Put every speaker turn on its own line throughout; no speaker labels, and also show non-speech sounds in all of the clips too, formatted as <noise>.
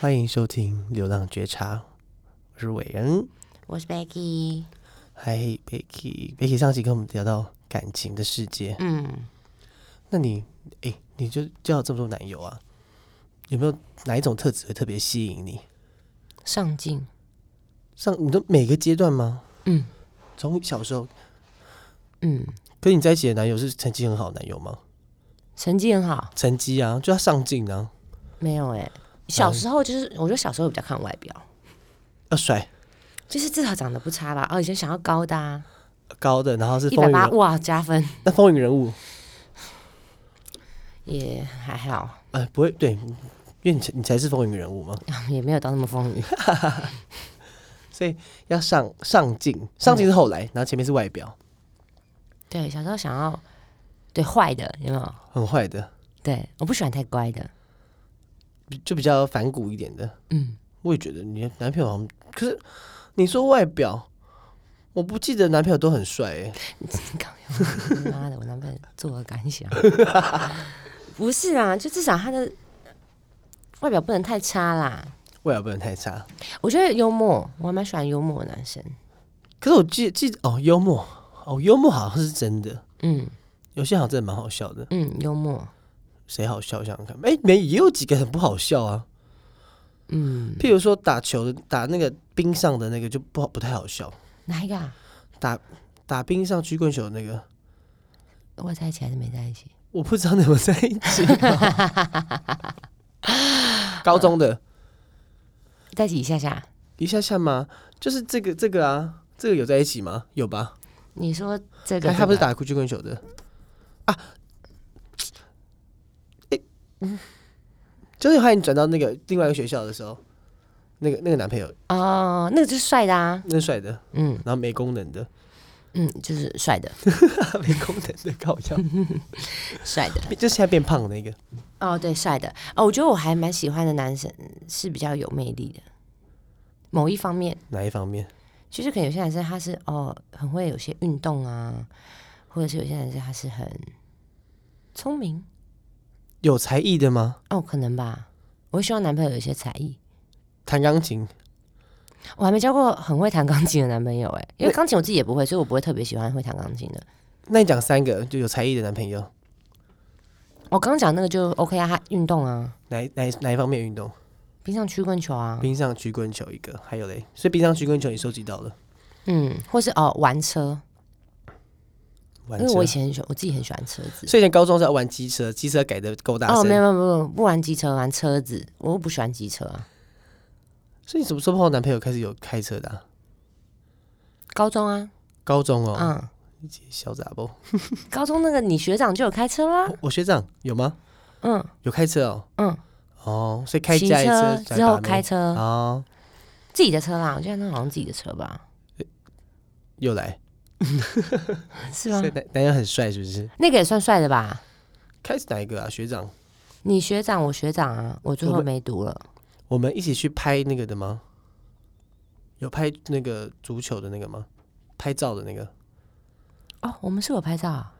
欢迎收听《流浪觉察》，我是伟人。
我是 Becky，
嗨，Becky，Becky 上集跟我们聊到感情的世界，
嗯，
那你哎、你就交了这么多男友啊，有没有哪一种特质会特别吸引你？
上进，
上你说每个阶段吗？
嗯，
从小时候
嗯，
跟你在一起的男友是成绩很好的男友吗？
成绩很好，
成绩啊，就要上进啊，
没有哎、小时候就是，我觉得小时候比较看外表，
要帅
就是至少长得不差吧。哦，以前想要高的、啊，
高的，然后是
一
风
百
云
八
人，
哇加分，
那风云人物，
也还好， <laughs>
哎、不会对，因为你才你才是风云人物嘛，
也没有到那么风雨。
所以要上上进，上进是后来，然后前面是外表，
对，小时候想要对坏的有没有？
很坏的，
对，我不喜欢太乖的，
比就比较反骨一点的。
嗯，
我也觉得你的男朋友好像，可是你说外表，我不记得男朋友都很帅哎、
刚有 <laughs> 妈的，我男朋友作何感想？不是啊，就至少他的外表不能太差啦。
外表不能太差。
我觉得幽默，我还蛮喜欢幽默的男生。
可是我记记得哦，幽默哦，幽默好像是真的，
嗯
有些好像真的蛮好笑的。
嗯，幽默，
谁好笑？我想想看，哎、没也有几个很不好笑啊。
嗯，
譬如说打球的，打那个冰上的那个就不好，不太好笑。
哪一个啊？
打打冰上曲棍球的那个，
我在一起还是没在一起？
我不知道你们在一起
<laughs>
吗。高中的，
在一起一下下。
一下下吗？就是这个这个啊，这个有在一起吗？有吧？
你说这个
他
这
他不是
个
打曲棍球的啊？啊诶嗯就是后来你转到那个另外一个学校的时候，那个那个男朋友
哦，那个就是帅的啊，
那是帅的，
嗯
然后没功能的， <laughs>
嗯，就是帅的，
没功能的搞笑， <laughs>
帅的。
就现在变胖的那个，
哦，对，帅的。哦，我觉得我还蛮喜欢的男生是比较有魅力的，某一方面，
哪一方面？
其实可能有些男生他是哦很会有些运动啊，或者是有些男生他是很聪明
有才艺的吗？
哦，可能吧。我希望男朋友有一些才艺。
弹钢琴，
我还没交过很会弹钢琴的男朋友哎、因为钢琴我自己也不会，所以我不会特别喜欢会弹钢琴的。
那你讲三个就有才艺的男朋友，
我刚讲那个就 OK 啊，他运动啊，
哪一哪一哪一方面运动？
冰上曲棍球啊，
冰上曲棍球一个，还有嘞，所以冰上曲棍球你收集到了，
嗯，或是哦玩车，
完
因为
成
我以前很喜欢，我自己很喜欢车子。
所以以前高中是要玩机车，机车改的够大
哦，
声。
没有没有没有，不玩机车，玩车子，我又不喜欢机车啊。
所以你什么时候碰到男朋友开始有开车的、啊？
高中啊，
高中哦，
嗯，
小杂包。
高中那个你学长就有开车啦，
我我学长有吗？
嗯
有开车哦。
嗯，
哦，所以开
骑
家里
车
车
之后开
车
车，
哦，
自己的车啦，我记得那好像自己的车吧，
又来。
是啊吗
所以？男男友很帅是不是？
那个也算帅的吧？
开始哪一个啊？学长，
你学长，我学长啊，我最
我
后
们
没读了。
我们一起去拍那个的吗？有拍那个足球的那个吗？拍照的那个
哦，我们是有拍照啊，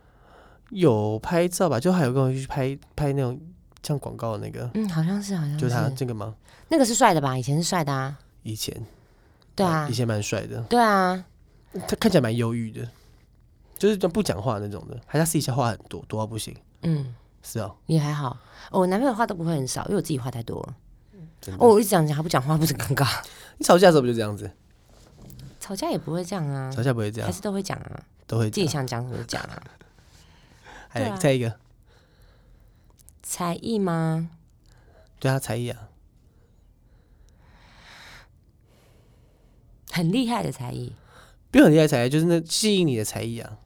有拍照吧？就还有跟我去拍拍那种像广告的那个，
嗯，好像是，好像。
就是是他这个吗？
那个是帅的吧？以前是帅的啊，
以前
对啊
哦以，前蛮帅的。
对啊，
他看起来蛮忧郁的，就是不讲话那种的，还是他私底下话很多，多到不行。
嗯，
是哦，
也还好。哦我男朋友话都不会很少，因为我自己话太多了。
真的。
哦，我一直讲讲他不讲话，不是尴尬？ <laughs>
你吵架的时候不就这样子？
吵架也不会这样啊，
吵架不会这样
还，是都会讲啊，
都会
自
这
己
样。
想讲什么就讲啊。
还有
对啊
再一个，
才艺吗？
对他才艺啊，
很厉害的才艺，
不用很厉害的才艺，啊就是那吸引你的才艺啊。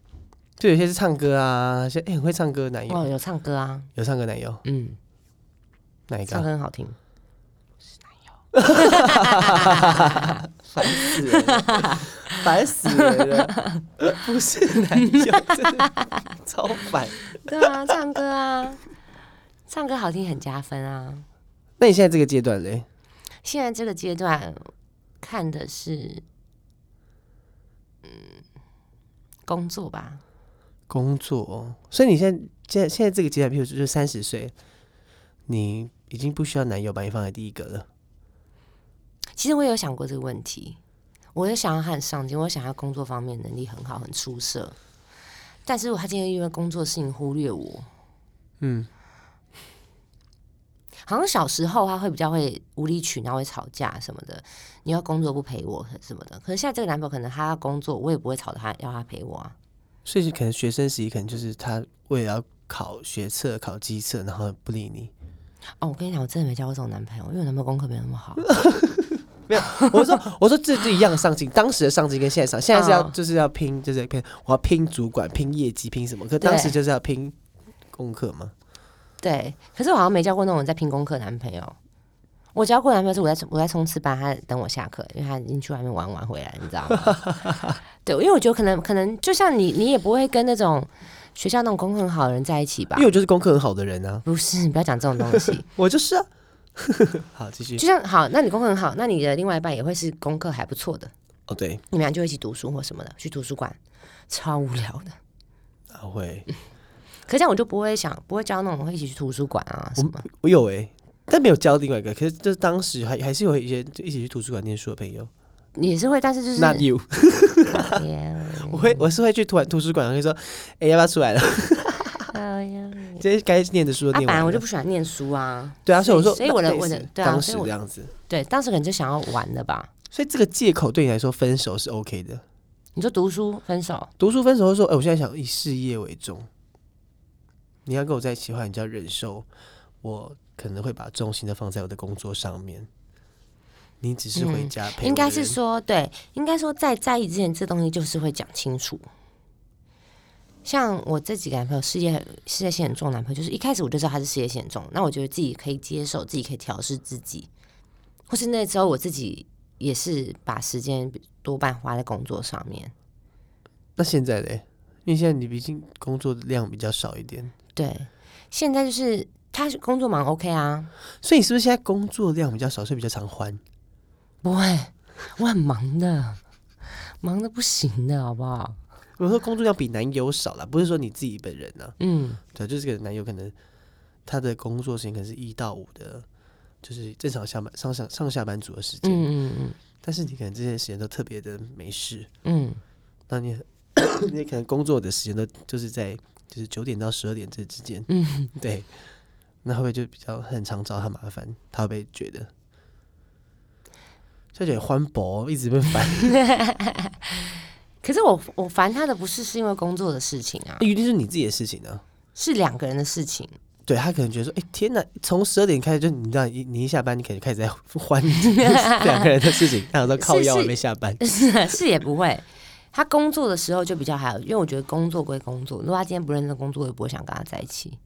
就有些是唱歌啊，像哎、很会唱歌的男友，
哦，有唱歌啊，
有唱歌男友
嗯，
哪一个
唱
啊？
歌很好
<laughs>
听。
烦死人了，烦死人了，不是男友，真的超烦。
对啊，唱歌啊，唱歌好听很加分啊。
那你现在这个阶段嘞，
现在这个阶段看的是，嗯，工作吧，
工作哦，所以你现在现在现在这个阶段，譬如说就三十岁，你已经不需要男友把你放在第一个了，
其实我有想过这个问题，我也想要他很上进，我也想要工作方面能力很好，很出色。但是他今天因为工作事情忽略我，
嗯，
好像小时候他会比较会无理取闹，会吵架什么的。你要工作不陪我什么的，可是现在这个男朋友可能他要工作，我也不会吵他，要他陪我啊。
所以可能学生时期可能就是他为了要考学测、考机测，然后不理你。 <laughs>
哦，我跟你讲，我真的没交过这种男朋友，因为我男朋友功课没有那么好。
没有，我说我说这是一样的上进，当时的上进跟现在上，现在是要
哦
就是要拼，就是拼我要拼主管、拼业绩、拼什么？可当时就是要拼功课嘛。
对，可是我好像没交过那种在拼功课的男朋友。我交过男朋友是我在我在冲刺班，他等我下课，因为他已经去外面玩玩回来，你知道吗？
<laughs>
对，因为我觉得可能可能就像你，你也不会跟那种学校那种功课很好的人在一起吧
因为？我就是功课很好的人啊，
不是，你不要讲这种东
<laughs>
西。
我就是啊。好，继续
就像 <laughs> 好，那你功课很好，那你的另外一半也会是功课还不错的，
哦，对，
你们俩就一起读书或什么的，去图书馆，超无聊的。
啊会，
可这样我就不会想，不会交那种会一起去图书馆啊什么。
我有哎、但没有教另外一个，可是就是当时还还是有一些就一起去图书馆念书的朋友。
你也是会，但是就
<laughs>
是哎
Not you，
Yeah
我会我是会去图图书馆，然后就
<laughs>
说，哎、要不要出来了？
哎呀
这些该念的书都
啊，
念
本来
完
我
了
就。不喜欢念书啊。
对啊，所以我说，
所以我的我的
类似
对啊
当
所
时
以我
这样子，
对，当时可能就想要玩的吧。
所以这个借口对你来说，分手是 OK 的。
你说读书分手，
读书分手的时候，哎、我现在想以事业为重。你要跟我在一起的话，你就要忍受我可能会把重心都放在我的工作上面。你只是回家陪我的人、
嗯应该是说对，应该说在在意之前，这东西就是会讲清楚。像我这几个男朋友，事业事业心很重的男朋友，就是一开始我就知道他是事业心很重，那我觉得自己可以接受，自己可以调试自己，或是那时候我自己也是把时间多半花在工作上面。
那现在嘞，因为现在你毕竟工作的量比较少一点，
对，现在就是他是工作忙 OK 啊，
所以你是不是现在工作量比较少，所以比较常欢？
不会，我很忙的，忙的不行的，好不好？
我说工作量比男友少啦，不是说你自己本人呐、
嗯，
对，就是这个男友可能他的工作时间可能是一到五的，就是正常下班上上上下班族的时间，
嗯嗯
但是你可能这些时间都特别的没事，
嗯
那你 <coughs> 你可能工作的时间都就是在就是九点到十二点这之间，
嗯
对，那会不会就比较很常找他麻烦？他会不会觉得？就觉得欢博一直被烦，
<laughs> 嗯。可是我我烦他的不是是因为工作的事情啊，
一定是你自己的事情啊。
是两个人的事情。 <laughs>
对他可能觉得说，哎、天哪！从十二点开始就你知道，你你一下班，你可能开始在欢 <laughs> 两个人的事情，然后都靠
是
腰我
是
没下班。
是是也不会。他工作的时候就比较还好，因为我觉得工作归工作，如果他今天不认真工作，我也不会想跟他在一起。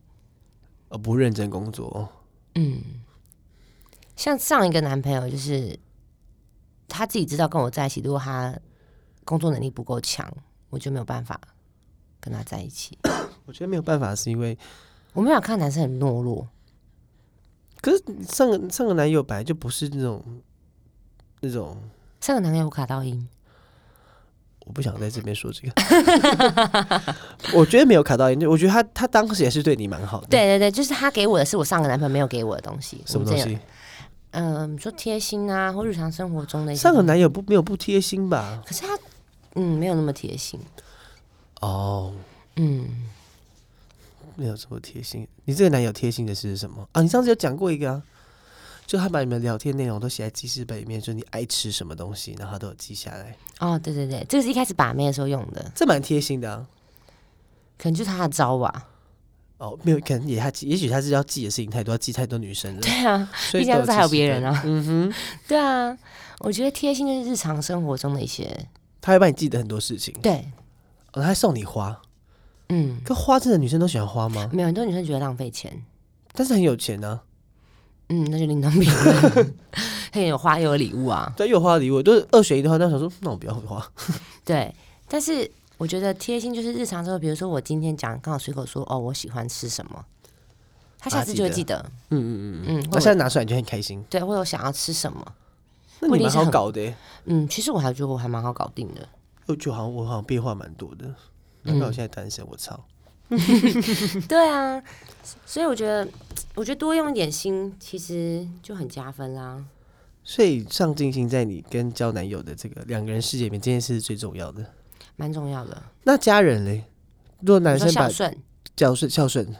呃，不认真工作，
嗯，像上一个男朋友就是他自己知道跟我在一起，如果他工作能力不够强，我就没有办法跟他在一起。
我觉得没有办法，是因为
我没有看男生很懦弱，
可是上个上个男友本来就不是那种那种，
上个男友有卡到音，
我不想在这边说这个。 <laughs> 我觉得没有卡到你，我觉得他他当时也是对你蛮好的。，
对对对，就是他给我的是我上个男朋友没有给我的东西。
什么
我
东
们之前有？
西？
嗯、你说贴心啊，或日常生活中的一些
上个
东西
男友不没有不贴心吧？
可是他嗯没有那么贴心，
哦，
嗯，
没有这么贴心。你这个男友贴心的是什么啊？你上次有讲过一个啊，就他把你们聊天内容都写在记事本里面，就是你爱吃什么东西，然后他都有记下来，
哦对对对，这个是一开始把妹的时候用的，
这蛮贴心的啊。
可能就是他的招啊吧。
哦，没有，可能也他记，也许他是要记的事情太多，要记太多女生了，
对啊，
所以
毕竟
都
是还有
记事
别
本
人啊。
嗯哼，
对啊，我觉得贴心就是日常生活中的一些，
他会帮你记得很多事情，
对，
哦，他还送你花。
嗯，
可花真的女生都喜欢花吗？
没有很多女生觉得浪费钱，
但是很有钱啊呢、
嗯，那就另当
<laughs>
别论。他也有花又有礼物
啊，，
啊
对，又有花的礼物都是二选一的话，那我想说，那我不要花。
对。但是我觉得贴心就是日常生活，比如说我今天讲刚好随口说哦，我喜欢吃什么，他下次就会记得，
嗯嗯嗯嗯，
嗯，
我
或
现在
者
拿出来你就很开心。
对，或者我想要吃什么，
那你
不一定
蛮
是
好
很
搞的、欸，
嗯，其实我还觉得我还蛮好搞定的。 <laughs>
我就好像我好像变化蛮多
嗯
的。难怪我现在单身，我操！
对啊，所以我觉得，我觉得多用一点心，其实就很加分啦。
所以上进心在你跟交男友的这个两个人世界里面，这件事是最重要的。
蛮重要的。
那家人嘞？如果男
你说
生
孝
把
顺，
孝顺孝顺，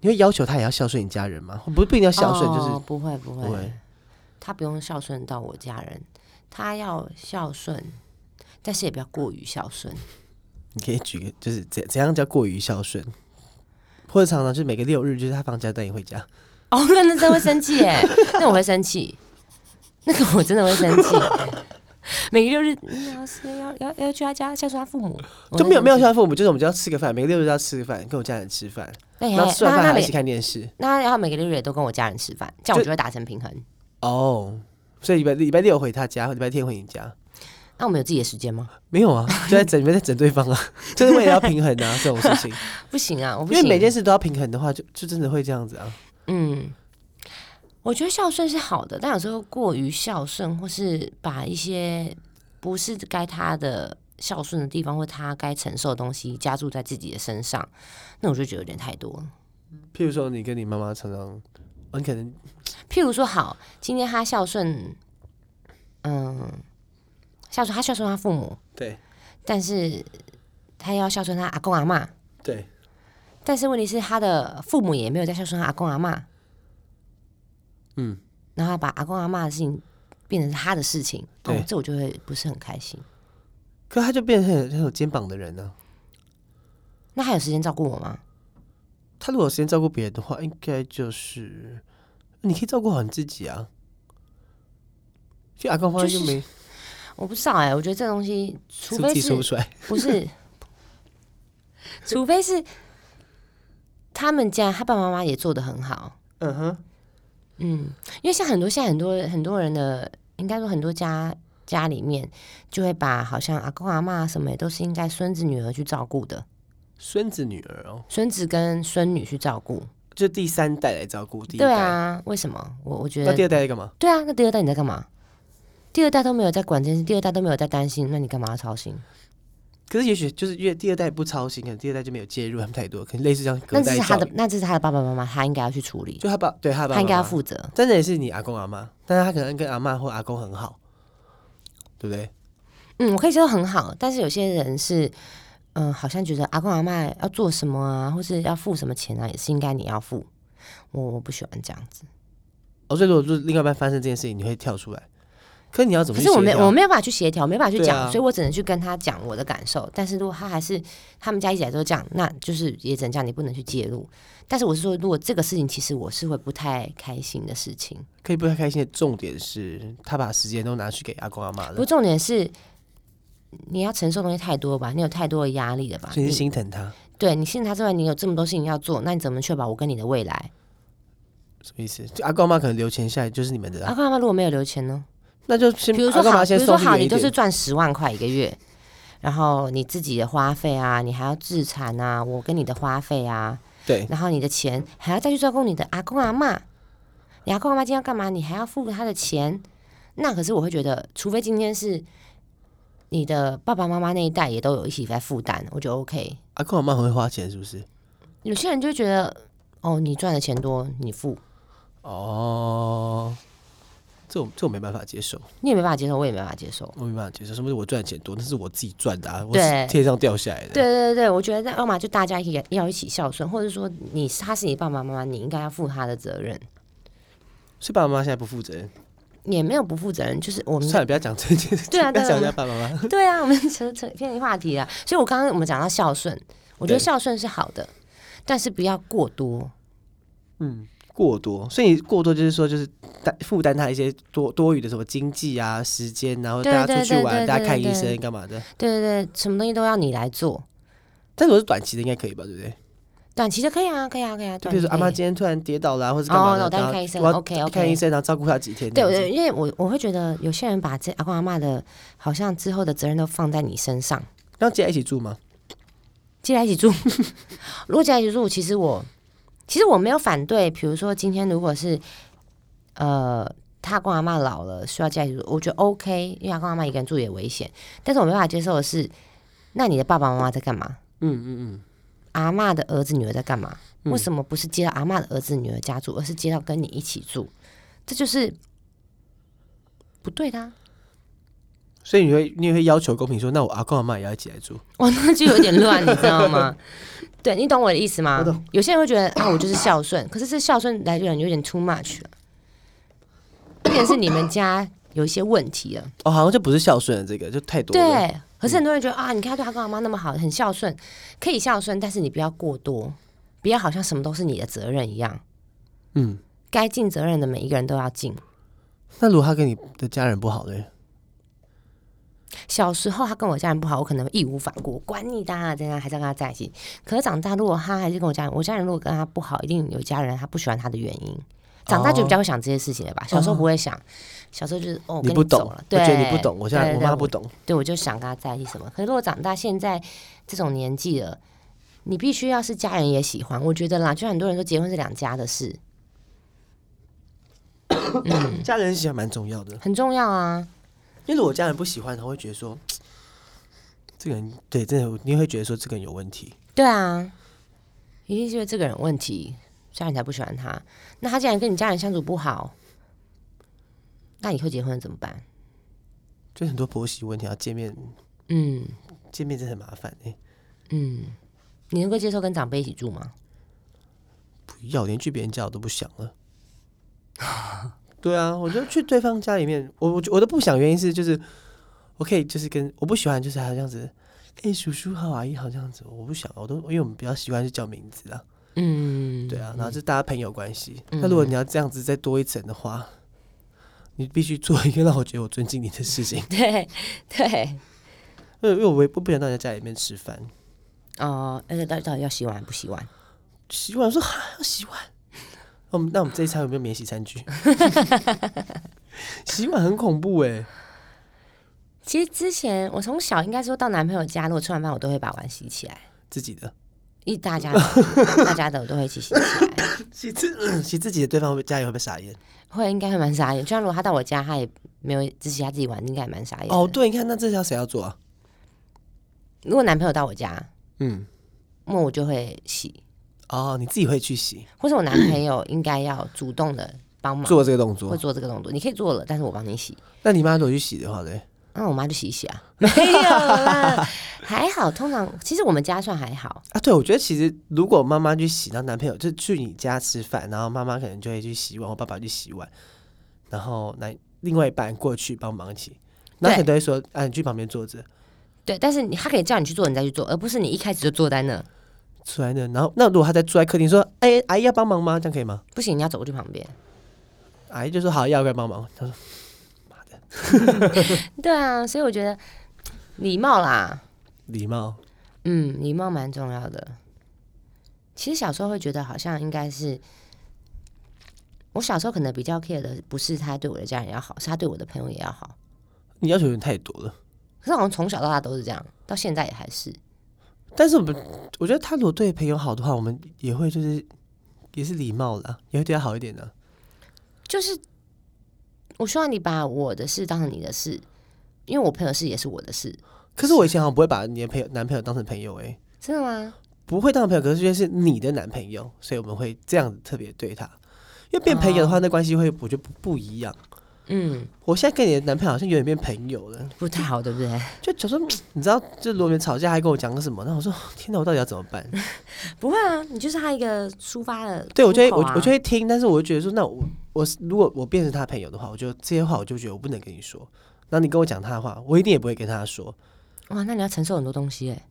你会要求他也要孝顺你家人吗？不不一定要孝顺，
哦
就是
不会不
不会
会，他不用孝顺到我家人，他要孝顺，但是也不要过于孝顺。
你可以举个，就是怎怎样叫过于孝顺，或者常常就是每个六日就是他放假带你回家，
哦，那那真会生气哎， <laughs> 那我会生气，那个我真的会生气。 <laughs> 每个六日你要是嗯要要要去他家孝顺他父母，我
就
会
没有
生
没有
气
孝顺父母，就是我们就要吃个饭，每个六日都要吃个饭，跟我家人吃饭，
那哎也
然后吃完
那
饭
那
还一起
每
看电视。
那要每个六日也都跟我家人吃饭，这样我
就
就会达成平衡。
哦，所以礼拜礼拜六回他家，礼拜天回你家。
那我们有自己的时间吗？
没有
<laughs>
啊，就在整你们在整对方啊，就是为了要平衡啊这种事情，
不行啊，我 <laughs> 不
因为
行。
每件事都要平衡的话，就就真的会这样子啊。
嗯，我觉得孝顺是好的，但有时候过于孝顺，或是把一些不是该他的孝顺的地方，或他该承受的东西加注在自己的身上，那我就觉得有点太多了。
譬如说，你跟你妈妈常常，哦你可能
譬如说，好，今天他孝顺，嗯，孝顺他孝顺他父母，
对
但是他要孝顺他阿公阿妈，
对，
但是问题是他的父母也没有在孝顺他阿公阿妈，
嗯，
然后把阿公阿妈的事情变成是他的事情，
对
哦，这我就会不是很开心。
可他就变成很很有肩膀的人啊呢、
那还有时间照顾我吗？
他如果有时间照顾别人的话，应该就是你可以照顾好你自己啊。就阿公方面就没
我不知道哎、我觉得这东西，除
自
非
己
是
说不出来，<laughs>
不是，除非是他们家他爸爸妈妈也做的很好，
嗯哼，
嗯，因为像很多现在很多很多人的，应该说很多家家里面就会把好像阿公阿妈什么也都是应该孙子女儿去照顾的，
孙子女儿哦，
孙子跟孙女去照顾。
就第三代来照顾第一代，
对啊，为什么？我我觉
那第
得
二代在干嘛？
对啊，那第二代你在干嘛？第二代都没有在管这件事，第二代都没有在担心，那你干嘛要操心？
可是也许就是因为第二代不操心，可能第二代就没有介入他们太多，可能类似这样隔
那这
代
是他
教
的
育，，
那这是他的爸爸妈妈，他应该要去处理，
就他爸对他爸爸妈妈，
他应该要负责。
真的也是你阿公阿妈，但是他可能跟阿妈或阿公很好，对不对？
嗯，我可以说很好，但是有些人是，嗯、好像觉得阿公阿妈要做什么啊，或是要付什么钱啊，也是应该你要付。我我不喜欢这样子，
哦，所以如果就是另外一半发生这件事情，你会跳出来，可你要怎么
可
去
是我没
协调
我没有办法去协调，没办法去
对
讲，
啊
所以我只能去跟他讲我的感受。但是如果他还是他们家一直以来都这样，那就是也只能这样，你不能去介入。但是我是说，如果这个事情其实我是会不太开心的事情。
可以不太开心的重点是，他把时间都拿去给阿公阿妈
不
了
过，重点是你要承受东西太多吧，你有太多的压力了吧？
所以
你
是心疼他，
对你信他之外，你有这么多事情要做，那你怎么确保我跟你的未来？
什么意思？就阿公阿妈可能留钱下来就是你们的、
阿
啊，
公阿妈如果没有留钱呢？
那就先
比如
阿
说
公阿
好，
妈
比
先
如说
收去
好，
远
你
一
就
点，
是赚十万块一个月，然后你自己的花费啊，你还要自产啊，我跟你的花费啊，
对，
然后你的钱还要再去照顾你的阿公阿妈，你阿公阿妈今天要干嘛？你还要付他的钱。那可是我会觉得，除非今天是你的爸爸妈妈那一代也都有一起在负担，我觉得 OK。
阿公阿妈很会花钱，是不是？
有些人就会觉得，哦，你赚的钱多，你付，
哦，这我这我没办法接受，
你也没办法接受，我也没办法接受。
我没办法接受，什么是我赚的钱多，那是我自己赚的啊，我
对
是天上掉下来的，
对对对，我觉得要么就大家一起要一起孝顺，或者说你他是你爸爸妈妈，你应该要负他的责任，
所以爸爸妈妈现在不负责任。
也没有不负责任，就是我们
算了，不要讲这件事，
对啊
不要
对啊
讲人家爸爸妈妈。
<laughs> 对啊，我们扯扯偏离话题啊。所以我刚刚我们讲到孝顺，我觉得
对
孝顺是好的，但是不要过多。
嗯，过多，所以过多就是说，就是担负担他一些多多余的什么经济啊、时间啊，然后
对
大家出
对
去
对
玩，
对
大家
对
看医
对
生干嘛的。
对对对，什么东西都要你来做，
但如果是短期的，应该可以吧，对不对？
短期的可以啊，可以啊，可以啊。
就比如说阿
短期
妈
可以
今天突然跌倒啊啦，或者干嘛
哦，那
的，
我带
然
去
后
看医生
我要
，OK
看医
OK。
生，然后照顾他几天。
对，我
这样子
因为我我会觉得有些人把这阿公阿妈的，好像之后的责任都放在你身上。
然后接下来一起住吗？
接在一起住。 <laughs> 如果接在一起住，其实我其实我没有反对。比如说今天如果是呃他跟阿妈老了需要接在一起住，我觉得 OK，因为他跟阿妈一个人住也危险。但是我没办法接受的是，那你的爸爸妈妈在干嘛？
嗯嗯嗯，
阿嬷的儿子女儿在干嘛？
嗯
为什么不是接到阿嬷的儿子女儿家住，而是接到跟你一起住？这就是不对的、啊。
所以你会你也会要求公平说，那我阿公阿妈也要一起来住，
<laughs> 哇，那就有点乱，你知道吗？对你懂我的意思吗？有些人会觉得啊，我就是孝顺，可是这孝顺来源有点 too much 了。一点是你们家有一些问题了，
哦，好像就不是孝顺了，这个就太多了。
对。可是很多人觉得啊，你看他对他跟他妈那么好，很孝顺，可以孝顺，但是你不要过多，不要好像什么都是你的责任一样。
嗯，
该尽责任的每一个人都要尽。
那如果他跟你的家人不好呢？
小时候他跟我家人不好，我可能义无反顾，管你的、啊，这样还是要跟他在一起。可是长大，如果他还是跟我家人，我家人如果跟他不好，一定有家人他不喜欢他的原因。长大就比较会想这些事情了吧？小时候不会想，小时候就是哦，我跟
不懂
走了，，
我
对，
觉得你不懂，我现在
对
我
对
妈不懂，
对，我就想跟他在一起什么。可是如果长大现在这种年纪了，你必须要是家人也喜欢，我觉得啦，就像很多人说结婚是两家的事，嗯
家人喜欢蛮重要的。
很重要啊。
因为如果家人不喜欢，他会觉得说，这个人对，真的你会觉得说这个人有问题。
对啊，一定是因为这个人有问题，家人才不喜欢他。那他既然跟你家人相处不好，那以后结婚怎么办？
就很多婆媳问题，要见面
嗯
见面真的很麻烦哎、
嗯，你能够接受跟长辈一起住吗？
不要连去别人家我都不想了。 <laughs> 对啊，我就去对方家里面，我我我都不想，原因是就是我可以就是跟我不喜欢就是还有这样子，哎、叔叔好阿姨好这样子，我不想，我都因为我们比较喜欢是叫名字啊，
嗯，
对啊，然后是大家朋友关系。那、如果你要这样子再多一层的话，你必须做一个让我觉得我尊敬你的事情，
对对
呃因为因为我也不不想到人家家里面吃饭，
哦，那个到底到底要洗碗还不洗碗？
洗碗我说还要洗碗，我们那我们这一餐有没有免洗餐具？ <laughs> 洗碗很恐怖哎、
其实之前我从小应该说到男朋友家，如果吃完饭我都会把碗洗起来，
自己的，
一大
<laughs>
家的大家的我都会一起洗起来，
洗自洗自己的，对方会不会家里会不会傻眼？
会应该会蛮傻眼。就像如果他到我家，他也没有只洗他自己碗，应该也蛮傻眼的。
哦，对，你看那这条谁要做啊？
如果男朋友到我家，
嗯，
那我就会洗，
哦，你自己会去洗，
或是我男朋友应该要主动的帮忙，
做这个动
会
作。
做这个动作。你可以做了，但是我帮你洗。
那你妈如果去洗的话嘞？
那我妈就洗一洗 <laughs> 啊，没有啦，还好。通常其实我们家算还好，
啊，对，我觉得其实如果妈妈去洗，然后男朋友就去你家吃饭，然后妈妈可能就会去洗碗，或爸爸去洗碗，然后男另外一半过去帮忙洗，然后可能都会说，啊，你去旁边坐着，
对。但是你他可以叫你去做，你再去做，而不是你一开始就坐在那。
出来呢。然后那如果他在坐在客厅说，哎、阿姨要帮忙吗？这样可以吗？
不行，你要走过去旁边。
阿姨就说好，要要帮忙。他说
对啊，所以我觉得礼貌啦，
礼貌，
嗯，礼貌蛮重要的。其实小时候会觉得好像应该是，我小时候可能比较 care 的不是他对我的家人要好，是他对我的朋友也要好。
你要求有点太多了。
可是好像从小到大都是这样，到现在也还是。
但是我们，我觉得他如果对朋友好的话，我们也会就是也是礼貌啦，也会对他好一点的、
就是我希望你把我的事当成你的事，因为我朋友的事也是我的事，
可是我以前好像不会把你的朋友男朋友当成朋友、欸，
真的吗？
不会当朋友，可是就是你的男朋友，所以我们会这样子特别对他。因为变朋友的话，那关系会我觉得不不一样。
嗯，
我现在跟你的男朋友好像有点变朋友了，
不太好，对不对？
就假如说你知道，就罗面吵架还跟我讲个什么，那我说 <laughs> 天哪，我到底要怎么办？
<laughs> 不会啊，你就是他一个抒发的、
对我就会我我就
得
会听，但是我就觉得说，那我我是如果我变成他朋友的话，我就这些话我就觉得我不能跟你说。然后你跟我讲他的话，我一定也不会跟他说。
哇，那你要承受很多东西哎、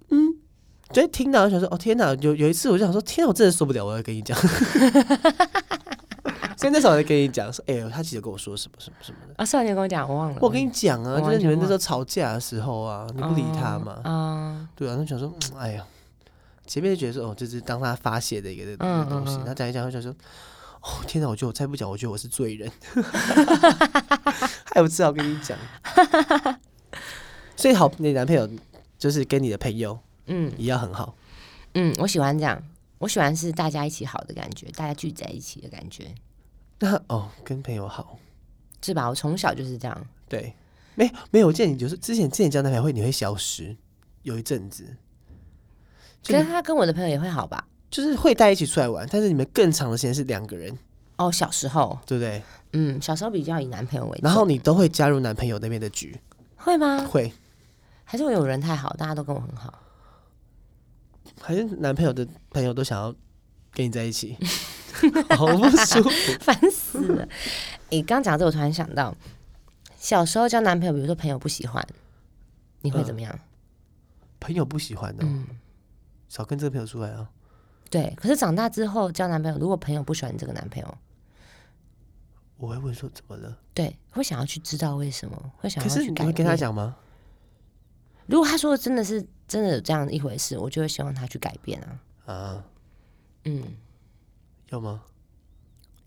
就听到就想说，哦天哪！有有一次我就想说，天哪，我真的受不了，我要跟
<laughs>
你讲。所以那时候我就跟你讲说，哎、呦，他其实跟我说什么什么什么的。
啊，是啊，你有跟我讲，我忘了。
我跟你讲啊，
我
就
完
是
全
你们那时候吵架的时候啊，你不理
哦
他嘛，
啊、
对啊，那想说，嗯哎呀，前面就觉得说，哦，这是当他发泄的一个那个东西，
嗯嗯嗯
他讲一讲，就想说，哦天哪，我觉得我再不讲，我觉得我是罪
<laughs>
人，害我只好跟你讲。所以好，你男朋友就是跟你的朋友
嗯
也要很好。
嗯，我喜欢这样，我喜欢是大家一起好的感觉，大家聚在一起的感觉，
那 <laughs> 哦，跟朋友好，
是吧？我从小就是这样，
对，没没有，我见你就是之前之前交男朋友会你会消失，有一阵子，就
可
是
是他跟我的朋友也会好吧？
就是会带一起出来玩，但是你们更长的时间是两个人，
哦，小时候，
对不对？
嗯，小时候比较以男朋友为主，
然后你都会加入男朋友那边的局，
会吗？
会
还是我有人太好，大家都跟我很好？
还是男朋友的朋友都想要跟你在一起， <laughs> 好不舒服。 <laughs>
烦死了！你刚讲这，我突然想到，小时候交男朋友，比如说朋友不喜欢，你会怎么样？
朋友不喜欢的、
嗯，
少跟这个朋友出来啊。
对。可是长大之后交男朋友，如果朋友不喜欢这个男朋友，
我会问说怎么了？
对，会想要去知道为什么，会想
可
要
是
去
你
改
会跟他
变。
讲吗？
如果他说的真的是真的有这样一回事，我就会希望他去改变啊。
啊，
嗯，
要吗？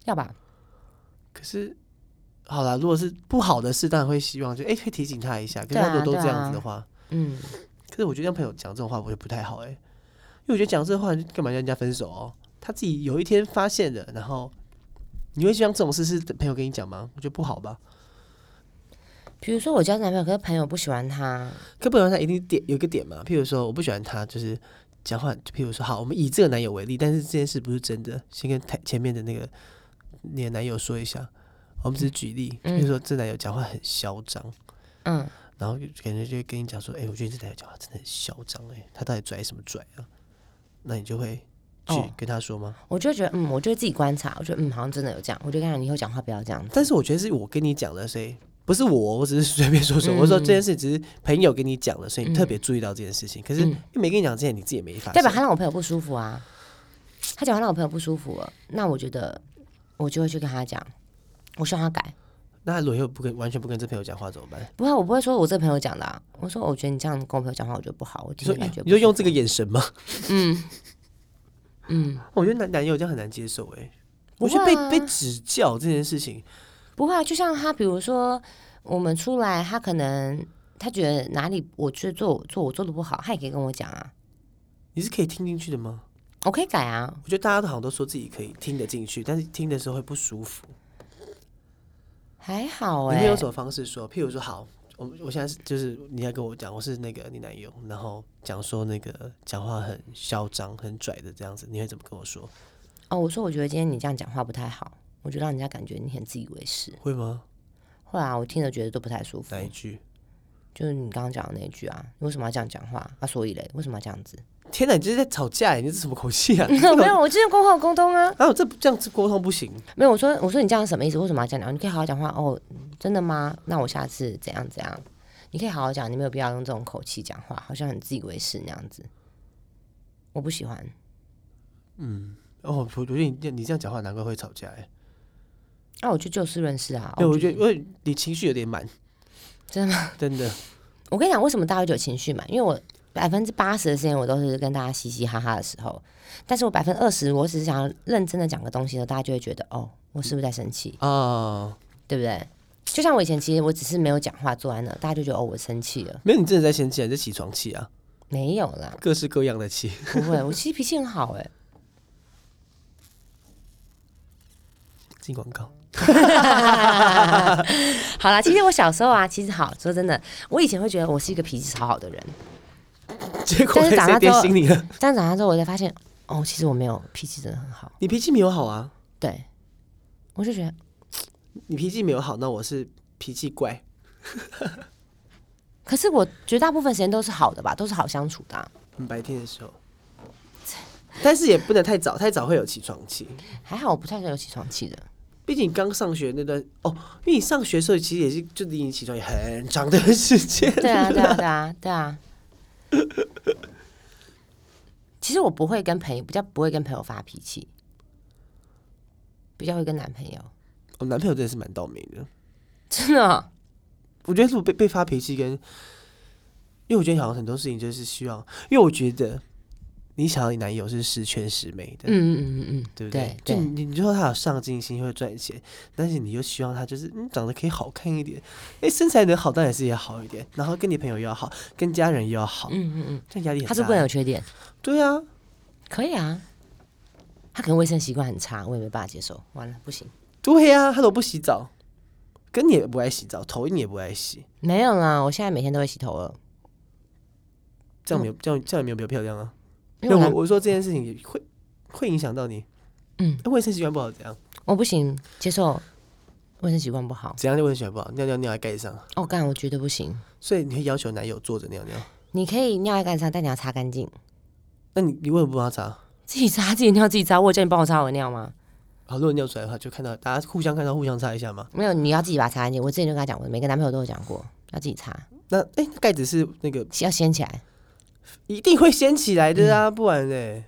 要吧？
可是好啦，如果是不好的事，当然会希望就哎、可以提醒他一下。可是
对啊
他如果都
对啊
这样子的话，
嗯，
可是我觉得跟朋友讲这种话，我觉得不太好哎、因为我觉得讲这话干嘛让人家分手哦？他自己有一天发现的，然后你会希望这种事是朋友跟你讲吗？我觉得不好吧。
比如说我交男朋友，可是朋友不喜欢他，
可不喜欢他一定点有一个点嘛，譬如说我不喜欢他，就是讲话，就譬如说好，我们以这个男友为例，但是这件事不是真的，先跟台前面的那个你的男友说一下，我们只是举例，
嗯
譬如说这男友讲话很嚣张，
嗯，
然后感觉就会跟你讲说，哎、我觉得这男友讲话真的很嚣张，哎，他到底拽什么拽啊？那你就会去
哦
跟他说吗？
我就会觉得，嗯，我就会自己观察，我觉得，嗯，好像真的有这样，我就跟他讲，你以后讲话不要这样子。
但是我觉得是我跟你讲的，所以不是我，我只是随便说
嗯
说。我说这件事只是朋友跟你讲的，所以你特别注意到这件事情。可
嗯
是没跟你讲之前，你自己也没发现。
代表他让我朋友不舒服啊。他讲话让我朋友不舒服了，那我觉得我就会去跟他讲，我希望他改。
那如果以后不跟完全不跟这朋友讲话怎么办？
不会，我不会说我这个朋友讲的、啊，我说我觉得你这样跟我朋友讲话，我觉得不好，我
你
听
说
着感觉
你说
不舒
用
服
这个眼神吗？
嗯嗯，
我觉得男男友这样很难接受哎、
不
我觉
会
得
啊
被被指教这件事情，
不会啊，就像他，比如说我们出来，他可能他觉得哪里我觉得做我做我做的不好，他也可以跟我讲啊，
你是可以听进去的吗？
我可以改啊，
我觉得大家都好像都说自己可以听得进去，但是听的时候会不舒服。
还好
你
哎、
会用什么方式说？譬如说，好，我我现在是就是你要跟我讲，我是那个你男友，然后讲说那个讲话很嚣张、很拽的这样子，你会怎么跟我说？
哦，我说我觉得今天你这样讲话不太好，我就让人家感觉你很自以为是。
会吗？
后来、啊、我听了觉得都不太舒服
哪。一句？
就是你刚刚讲的那一句啊，你为什么要这样讲话？啊，所以嘞，为什么要这样 <laughs> 子？
天哪，你这是在吵架耶？欸你这是什么口气
<laughs>
啊？
没有，我之前跟我有沟通啊。
啊，这这样子沟通不行。
没有，我说我说你这样什么意思？为什么要这样讲？你可以好好讲话哦。真的吗？那我下次怎样怎样？你可以好好讲，你没有必要用这种口气讲话，好像很自以为是那样子。我不喜欢
哦，我我觉得你这你这样讲话，难怪会吵架哎。
那、我就就事论事啊。
对，
哦
我觉得因为你情绪有点满，
真的
吗？ <laughs> 真的，
我跟你讲，为什么大家会有情绪嘛？因为我百分之八十的时间我都是跟大家嘻嘻哈哈的时候，但是我百分之二十，我只是想要认真的讲个东西的时候，大家就会觉得哦，我是不是在生气？
哦，
对不对？就像我以前，其实我只是没有讲话，坐在那，大家就觉得哦，我生气了。
没有，你真的在生气啊，你在起床气啊，
没有啦，
各式各样的气。
不会， <laughs> 我其实脾气很好哎、
进广告，
<laughs> 好啦，其实我小时候啊，其实好说真的，我以前会觉得我是一个脾气超好的人，
结果
但是
被
长
谁
大之
点
后
醒你了？
但长大之后我才发现，哦，其实我没有脾气真的很好。
你脾气没有好啊，
对，我就觉得，
你脾气没有好，那我是脾气怪。
可是我绝大部分时间都是好的吧，都是好相处的啊、
嗯白天的时候，但是也不能太早，太早会有起床气。
还好我不太有起床气的。
毕竟你刚上学那段哦，因为你上学的时候其实也是就离你起床也很长的时间。
<laughs> 对啊，对啊，对啊，对啊。其实我不会跟朋友，比较不会跟朋友发脾气，比较会跟男朋友。
<laughs> 我男朋友真的是蛮倒霉的，
真的哦、
我觉得是我被被发脾气跟，因为我觉得好像很多事情就是需要，因为我觉得你想要你男友是十全十美的，
嗯嗯嗯嗯嗯，
对不
对
就你你说他有上进心，会赚钱，但是你又希望他就是嗯长得可以好看一点，哎、身材能好当然是也好一点，然后跟你朋友又要好，跟家人又要好，
嗯嗯嗯，
这样压力很大。
他是不能有缺点，
对啊，
可以啊。他可能卫生习惯很差，我也没办法接受。完了，不行，
对呀、啊，他都不洗澡，跟你也不爱洗澡，头你也不爱洗，
没有啦，我现在每天都会洗头了。
这样没有、这样这样也没有比较漂亮啊。
嗯因为
那
我男
我我说这件事情也会会影响到你，
嗯，
那卫生习惯不好怎样？
我不行接受卫生习惯不好，
怎样就卫生习惯不好？尿尿尿在盖子上，
哦，干我绝对不行。
所以你会要求男友坐着尿尿？
你可以尿在盖子上，但你要擦干净，
那你你为什么不帮他擦？
自己擦自己尿自己擦。我有叫你帮我擦我的尿吗？
好，如果尿出来的话，就看到大家互相看到互相擦一下嘛。
没有，你要自己把它擦干净。我之前就跟他讲过，每个男朋友都有讲过，要自己擦，
那哎，那盖、子是那个
要掀起来。
一定会掀起来的
嗯
啊，不然嘞，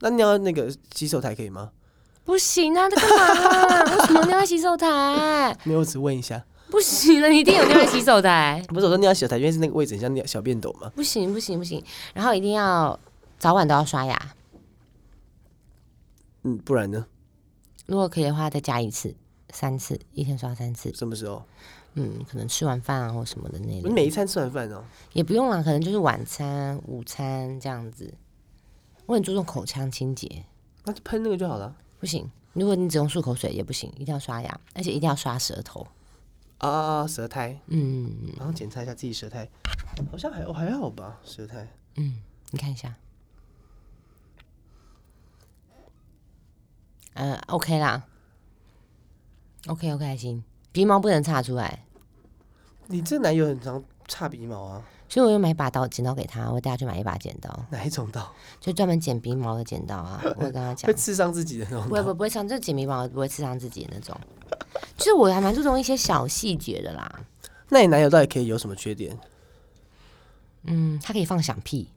那尿那个洗手台可以吗？
不行啊，这干嘛、 <laughs> 啊？为什么尿在洗手台？
没有，我只问一下。
不行了，你一定有尿在洗手台。
不是我说尿在洗手台，因为是那个位置很像尿小便斗嘛。
不行不行不行，然后一定要早晚都要刷牙，
嗯，不然呢？
如果可以的话再加一次、三次，一天刷三次。
什么时候？
嗯，可能吃完饭啊或什么的那
你
种，
每一餐吃完饭哦，
也不用啦，可能就是晚餐、午餐这样子。我很注重口腔清洁，
那就喷那个就好了
不行。如果你只用漱口水也不行，一定要刷牙，而且一定要刷舌头。
啊啊啊！舌苔，
嗯，
然后检查一下自己舌苔，好像还哦还好吧，舌苔。
你看一下，呃，OK 啦，OK OK 还行，鼻毛不能擦出来，
你这男友很常擦鼻毛啊？
所以我又买一把刀剪刀给他，我带他去买一把剪刀，
哪一种刀？
就专门剪鼻毛的剪刀 <laughs> 啊。我会跟他讲
会，刺伤自己的那种
不会
刀？
不会不会伤，就剪鼻毛不会刺伤自己的那种。就是我还蛮注重一些小细节的啦，
那你男友到底可以有什么缺点？
嗯，他可以放响屁，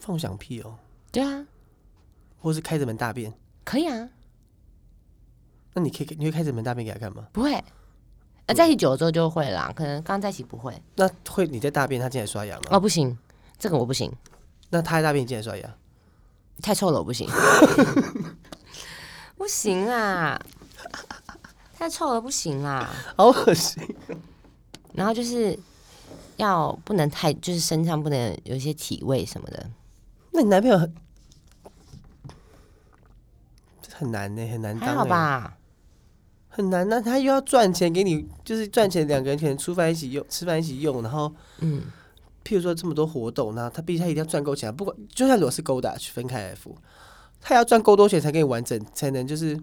放响屁哦，
对啊，
或是开着门大便？
可以啊，
那你可以你会开着门大便给他看吗？
不会。呃，在一起久了之后就会啦，可能刚在一起不会
那会你在大便，他进来刷牙吗？
哦，不行，这个我不行，
那他在大便，你进来刷牙？
太臭了，我不行， <laughs> 不行啊，太臭了，不行啊。
好恶心！
然后就是要不能太，就是身上不能有一些体味什么的。
那你男朋友很这很难呢、很难当、
还好？吧，
很难那他又要赚钱给你，就是赚钱，两个人可能吃饭一起用，吃饭一起用，然后
嗯，
譬如说这么多活动，那他必须他一定要赚够钱啊，不管就算如果是勾搭去分开来付，他也要赚够多钱才可以完整，才能就是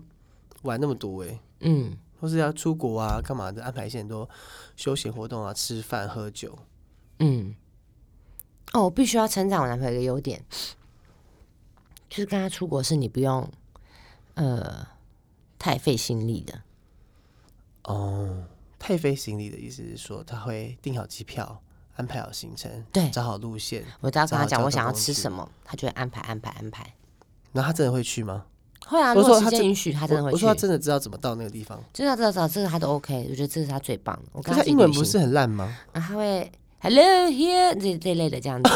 玩那么多哎、
嗯，
或是要出国啊，干嘛的，安排一些很多休闲活动啊，吃饭喝酒，
嗯。哦，我必须要称赞我男朋友一个优点，就是跟他出国是你不用，呃，太费心力的。
哦，太妃行李的意思是说，他会订好机票，安排好行程，
对
找好路线。
我只要跟他
找
讲
好
我
交通
想要
工
吃
具
什么，他就会安排安排安排。
然后他真的会去吗？
会
我
啊，如
说
果时
他
间
真
允许，他真的
我
会
我
去
说他。真的知道怎么到那个地方。
知道知道知道，这个他都 OK，我觉得这是他最棒的。我
可
跟
是
他
他
去
英文
旅
不
行
是很烂吗？
啊，他会 Hello here 这这类的
<laughs>
这样子。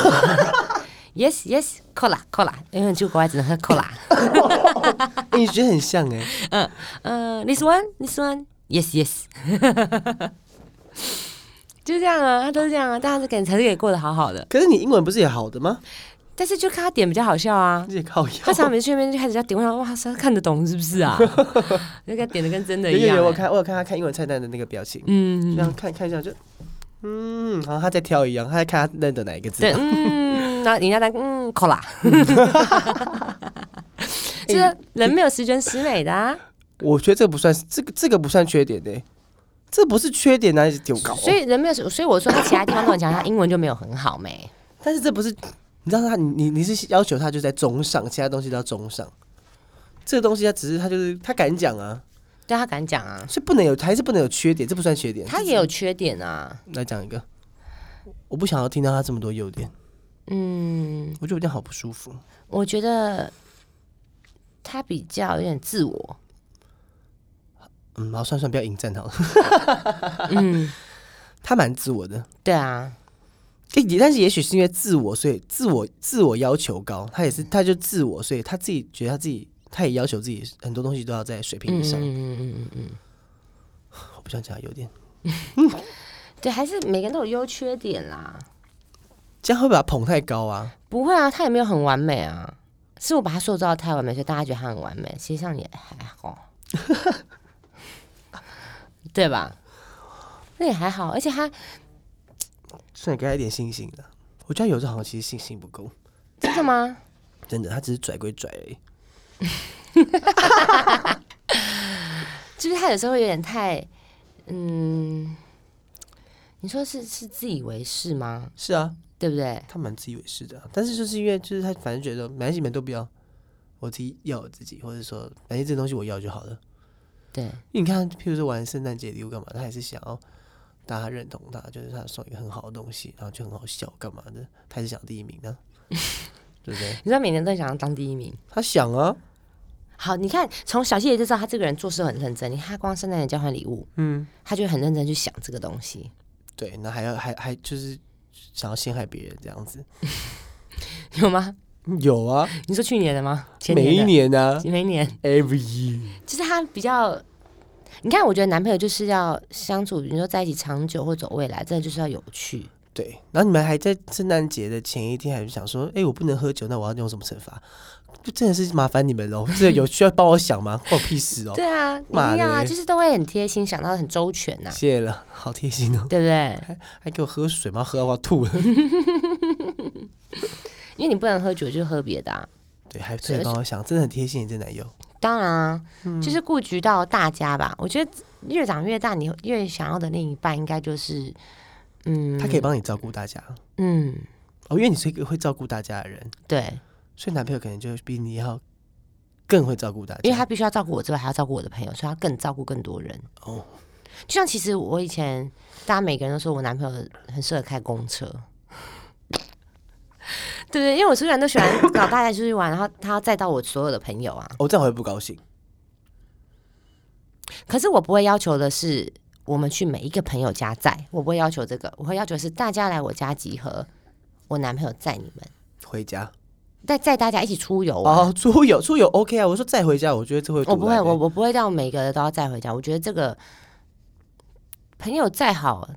yes yes cola cola，因为去国外只能喝
<laughs>
cola。
哎你觉得很像哎、
嗯，this one this one yes yes，就这样啊，他都是这样啊，但他是感才是也过得好好的，
可是你英文不是也好的吗？
但是就看他点比较好笑啊。
你也靠 <laughs>
<laughs> 他
腰。
常常每次去那边就开始要点，我想哇，他看得懂是不是啊？那个点的跟真的
有
一
有
样、
有，我
欸。
看我有看他看英文菜单的那个表情，
嗯
这，样看看一下就，嗯，然后他在挑一样，他在看他认得哪一个字。
对，
<laughs>
嗯，然后人家在嗯，cola，就是人没有十全十美的、啊，
我觉得这个不算是这个这个不算缺点的、欸这不是缺点啊，丢搞。
所以人没有，所以我说他其他地方都很强，他英文就没有很好没。
但是这不是，你知道他，你你你是要求他就在中上，其他东西都要中上。这个东西他只是他就是他敢讲啊，
对他敢讲啊，
所以不能有还是不能有缺点，这不算缺点。
他也有缺点啊，
来讲一个，我不想要听到他这么多优点，
嗯，
我觉得我这样好不舒服。
我觉得他比较有点自我，
嗯，好，算算不要引战好了。 <laughs>
嗯，
他蛮自我的，
对啊，
诶也但是也许是因为自我，所以自我自我要求高，他也
嗯
是他就自我，所以他自己觉得他自己他也要求自己很多东西都要在水平
嗯
以
嗯
上。
嗯嗯嗯嗯，
我不想讲优点，
对，还是每个人都有优缺点啦，
这样会不会把他捧太高啊？
不会啊，他也没有很完美啊，是我把他塑造的太完美，所以大家觉得他很完美，其实上也还好， <laughs> 对吧？那也还好，而且他
算给他一点信心的。我觉得他有时候好像其实信心不够，
真的吗？
真的，他只是拽归拽而已。
就是他有时候会有点太，嗯，你说是是自以为是吗？
是啊，
对不对？
他蛮自以为是的啊，但是就是因为就是他反正觉得男性们都不要，我自己要我自己，或者说反正这东西我要就好了。
对，
因为你看，譬如说玩圣诞节礼物干嘛，他还是想要大家认同他，就是他送一个很好的东西，然后就很好笑干嘛的，他还是想第一名 <laughs> 呢、对不对？
你知道每年都想要当第一名。
他想啊，
好，你看从小细节就知道他这个人做事很认真。你看他光圣诞节交换礼物，
嗯，
他就很认真去想这个东西。
对，那还要还还就是想要陷害别人这样子，
有吗？
有啊，
你说去年的吗？前
每一
年
年 <laughs> 呢、
的，每一年，
e v e r y year，
就是他比较。你看，我觉得男朋友就是要相处，你说在一起长久或走未来，真的就是要有趣。
对，然后你们还在圣诞节的前一天还想说，哎、我不能喝酒，那我要用什么惩罚？就真的是麻烦你们喽，这有需要帮我想吗？关我屁事哦，
对啊，一
妈
定要啊，
嘞
就是都会很贴心，想到很周全啊
<laughs>
呐、
谢了，好贴心哦，
对不对？
还给我喝水吗？喝到我要吐了。 <laughs>
因为你不能喝酒，就喝别的、啊。
对，还
是
特别帮我想，真的很贴心，你这男友。
当然啊，
嗯
就是顾及到大家吧。我觉得越长越大，你越想要的另一半应该就是，嗯，
他可以，帮你照顾大家
嗯，
哦，因为你是一个会照顾大家的人，
对，
所以男朋友可能就比你要更会照顾大家。
因为他必须要照顾我之外，还要照顾我的朋友，所以他更照顾更多人。
哦，
就像其实我以前，大家每个人都说我男朋友很适合开公车， <laughs> 对对，因为我虽然都喜欢搞大家出去玩，然后他要载到我所有的朋友啊，
哦，这样我会不高兴。
可是我不会要求的是我们去每一个朋友家载，我不会要求这个，我会要求是大家来我家集合，我男朋友载你们，
回家
带载大家一起出游啊。
哦，出游出游 OK 啊。我说再回家，我觉得这会
我不
阻
会，
拦
我
欸
我不会让每个人都要载回家。我觉得这个朋友再好，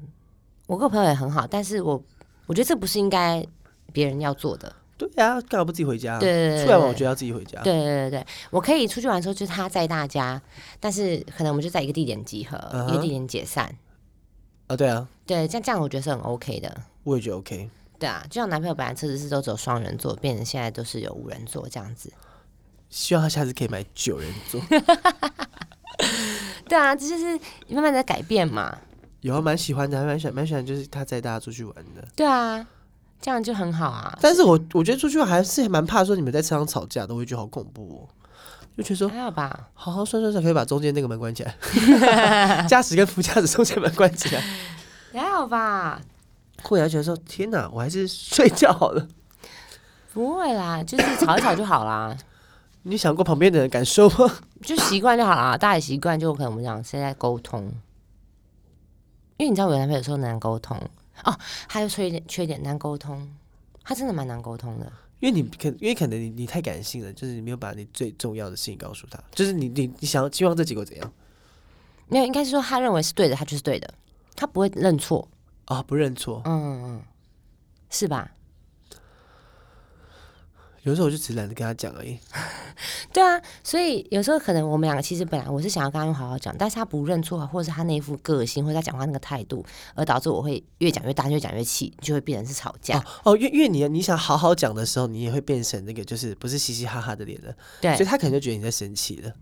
我跟我朋友也很好，但是我我觉得这不是应该别人要做的。
对啊，干嘛不自己回家？
对对对对
出来玩我觉得要自己回家。
对对对对，我可以出去玩的时候就是他载大家，但是可能我们就在一个地点集合
嗯哼
一个地点解散。
啊，对啊，
对，这样这样我觉得是很 OK 的。
我也觉得 OK。
对啊，就像男朋友本来车子是都只有双人座，变成现在都是有五人座这样子。
希望他下次可以买九人座，
对啊，这就是慢慢的改变嘛。
有啊，蛮喜欢的，还蛮喜欢蛮喜欢，就是他带大家出去玩的。
对啊，这样就很好啊。
但是我我觉得出去玩还是蛮怕说你们在车上吵架的，我也觉得好恐怖哦，就觉得说
还好吧？
好好算算算，可以把中间那个门关起来，驾驶跟副驾驶中间门关起来。
还好吧？
后来觉得说，天哪，我还是睡觉好了。
不会啦，就是吵一吵就
<laughs>
好啦，
你想过旁边的人感受吗？
就习惯就好啦，大家也习惯，就可能我们讲现在沟通，因为你知道我男朋友有时候难沟通哦，他有缺点缺点难沟通，他真的蛮难沟通的。
因为你可，因为可能你你太感性了，就是你没有把你最重要的事情告诉他，就是你你你想要希望这结果怎样
没有，应该是说他认为是对的，他就是对的，他不会认错。
啊、不认错，
嗯嗯，是吧？
有时候我就只懒得跟他讲而已。
对啊，所以有时候可能我们两个其实本来我是想要跟他用好好讲，但是他不认错，或者是他那一副个性，或者他讲话那个态度，而导致我会越讲越大，越讲越气，就会变成是吵架。
哦哦，因为因为你你想好好讲的时候，你也会变成那个就是不是嘻嘻哈哈的脸了，所以
对
他可能就觉得你在生气了。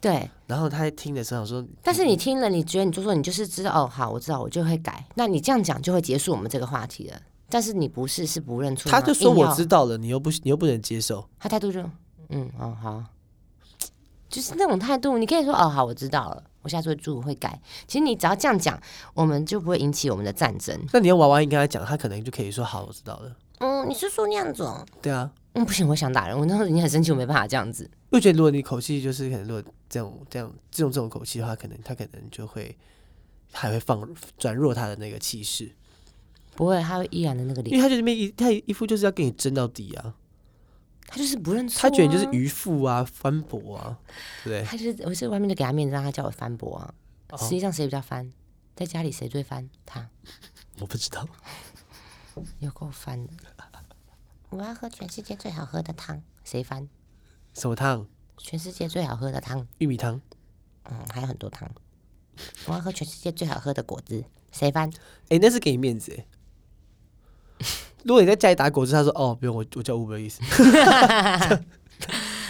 对，
然后他在听的时候想说，
但是你听了，你觉得你做错，你就是知道哦，好，我知道，我就会改。那你这样讲就会结束我们这个话题了。但是你不是是不认错吗，
他就说
硬要
我知，道了，你又不你又不能接受，
他态度就嗯哦好，就是那种态度，你可以说哦好，我知道了，我下次会注意会改。其实你只要这样讲，我们就不会引起我们的战争。
那你用娃娃音跟他讲，他可能就可以说好，我知道了。
嗯，你是说那样子哦？
对啊，
嗯，不行，我想打人。我那时候已经很生气，我没办法这样子。
我觉得如果你口气就是可能如果这样这样这种这种口气的话，可能他可能就会还会放转弱他的那个气势，
不会，他会依然的那个
因
脸，
为他就那边一他一副就是要跟你争到底啊，
他就是不认错、
他觉得你就是，渔夫啊、翻博啊，对
他就是我是外面就给他面子，让他叫我翻博啊。
不
实
对？哦，
际上谁比较翻？在家里谁最翻？他
我不知道，
有够翻的。我要喝全世界最好喝的汤，谁翻？
什么汤？
全世界最好喝的汤，
玉米汤？
嗯，还有很多汤。我要喝全世界最好喝的果汁，谁翻？
哎、那是给你面子、欸， <laughs> 如果你在家里打果汁，他说哦不用，我我叫 Uber 意思， <laughs>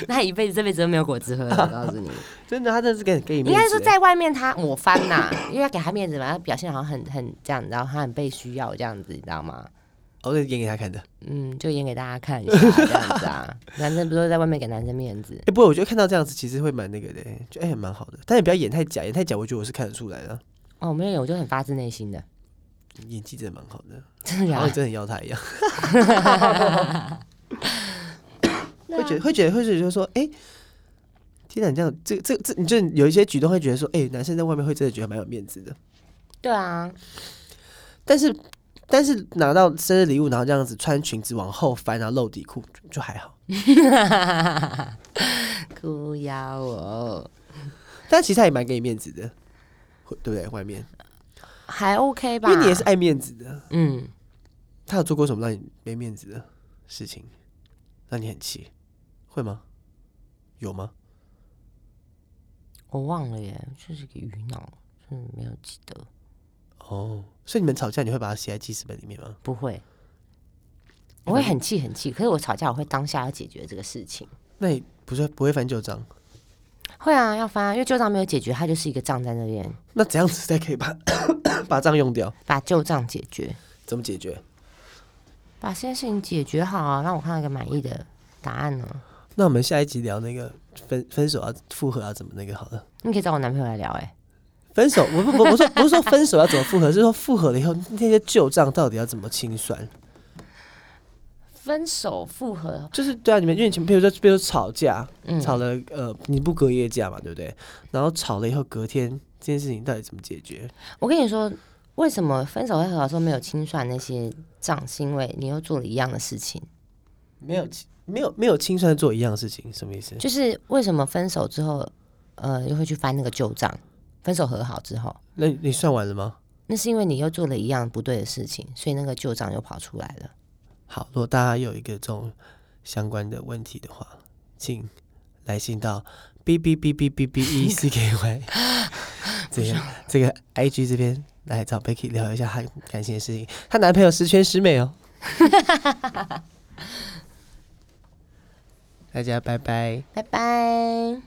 那一辈子这辈子都没有果汁喝了，
<laughs>
我告诉你。
真的，他真的是给你给你
应
面子。
该说在外面他我翻呐、因为要给他面子嘛，要表现好像很很这样，然后他很被需要这样子，你知道吗？
哦，对演给他看的。
嗯，就演给大家看一下这样子啊。男生不都在外面给男生面子？
哎、不过我觉得看到这样子其实会蛮那个的、就哎蛮、好的，但也不要演太假，演太假我觉得我是看得出来的，啊
哦，没有，我就很发自内心的， <laughs>
演技真的蛮好的，
真的
然后
假
你真的很
的？
要他
<laughs>
一样，会觉得会觉得会觉得说，哎、天哪，你这样这这这，你就有一些举动会觉得说，哎、男生在外面会真的觉得蛮有面子的，
对啊，
但是但是拿到生日礼物，然后这样子穿裙子往后翻，然后露底裤就就还好，
哭呀我，
但其实他也蛮给你面子的，会对不对？外面，
还 OK
因
吧？
为你也是爱面子的，
嗯，
他有做过什么让你没面子的事情，让你很气？会吗？有吗？
我忘了耶，就是个鱼脑，真的没有记得。
哦，所以你们吵架你会把它写在记事本里面吗？
不会，我会很气很气，可是我吵架我会当下要解决这个事情。
那你不是不会翻旧账？
会啊，要翻啊，因为旧账没有解决，它就是一个账在那边，
那怎样子才可以把 <coughs> 把账用掉？
把旧账解决，
怎么解决？
把这件事情解决好啊，让我看到一个满意的答案呢、
那我们下一集聊那个分分手要复合啊要怎么那个好了。
你可以找我男朋友来聊、欸，哎，
分手，我不不不是说不是说分手要怎么复合，是说复合了以后那些旧账到底要怎么清算？
分手复合，
就是对啊，你们因为你们比如说比如说吵架，
嗯，
吵了呃你不隔夜架嘛，对不对？然后吵了以后隔天这件事情到底怎么解决？
我跟你说，为什么分手会和好说没有清算那些账，是因为你又做了一样的事情。
没有清没有没有清算做一样的事情，什么意思？
就是为什么分手之后，呃，又会去翻那个旧账？分手和好之后，
那你你算完了吗？
那是因为你又做了一样不对的事情，所以那个旧账又跑出来了。
好，如果大家有一个这种相关的问题的话，请来信到 b b b b b b e c k y 这个这个 i g 这边来找 Becky 聊一下她感情的事情。她男朋友十全十美哦。大家拜拜。
拜拜。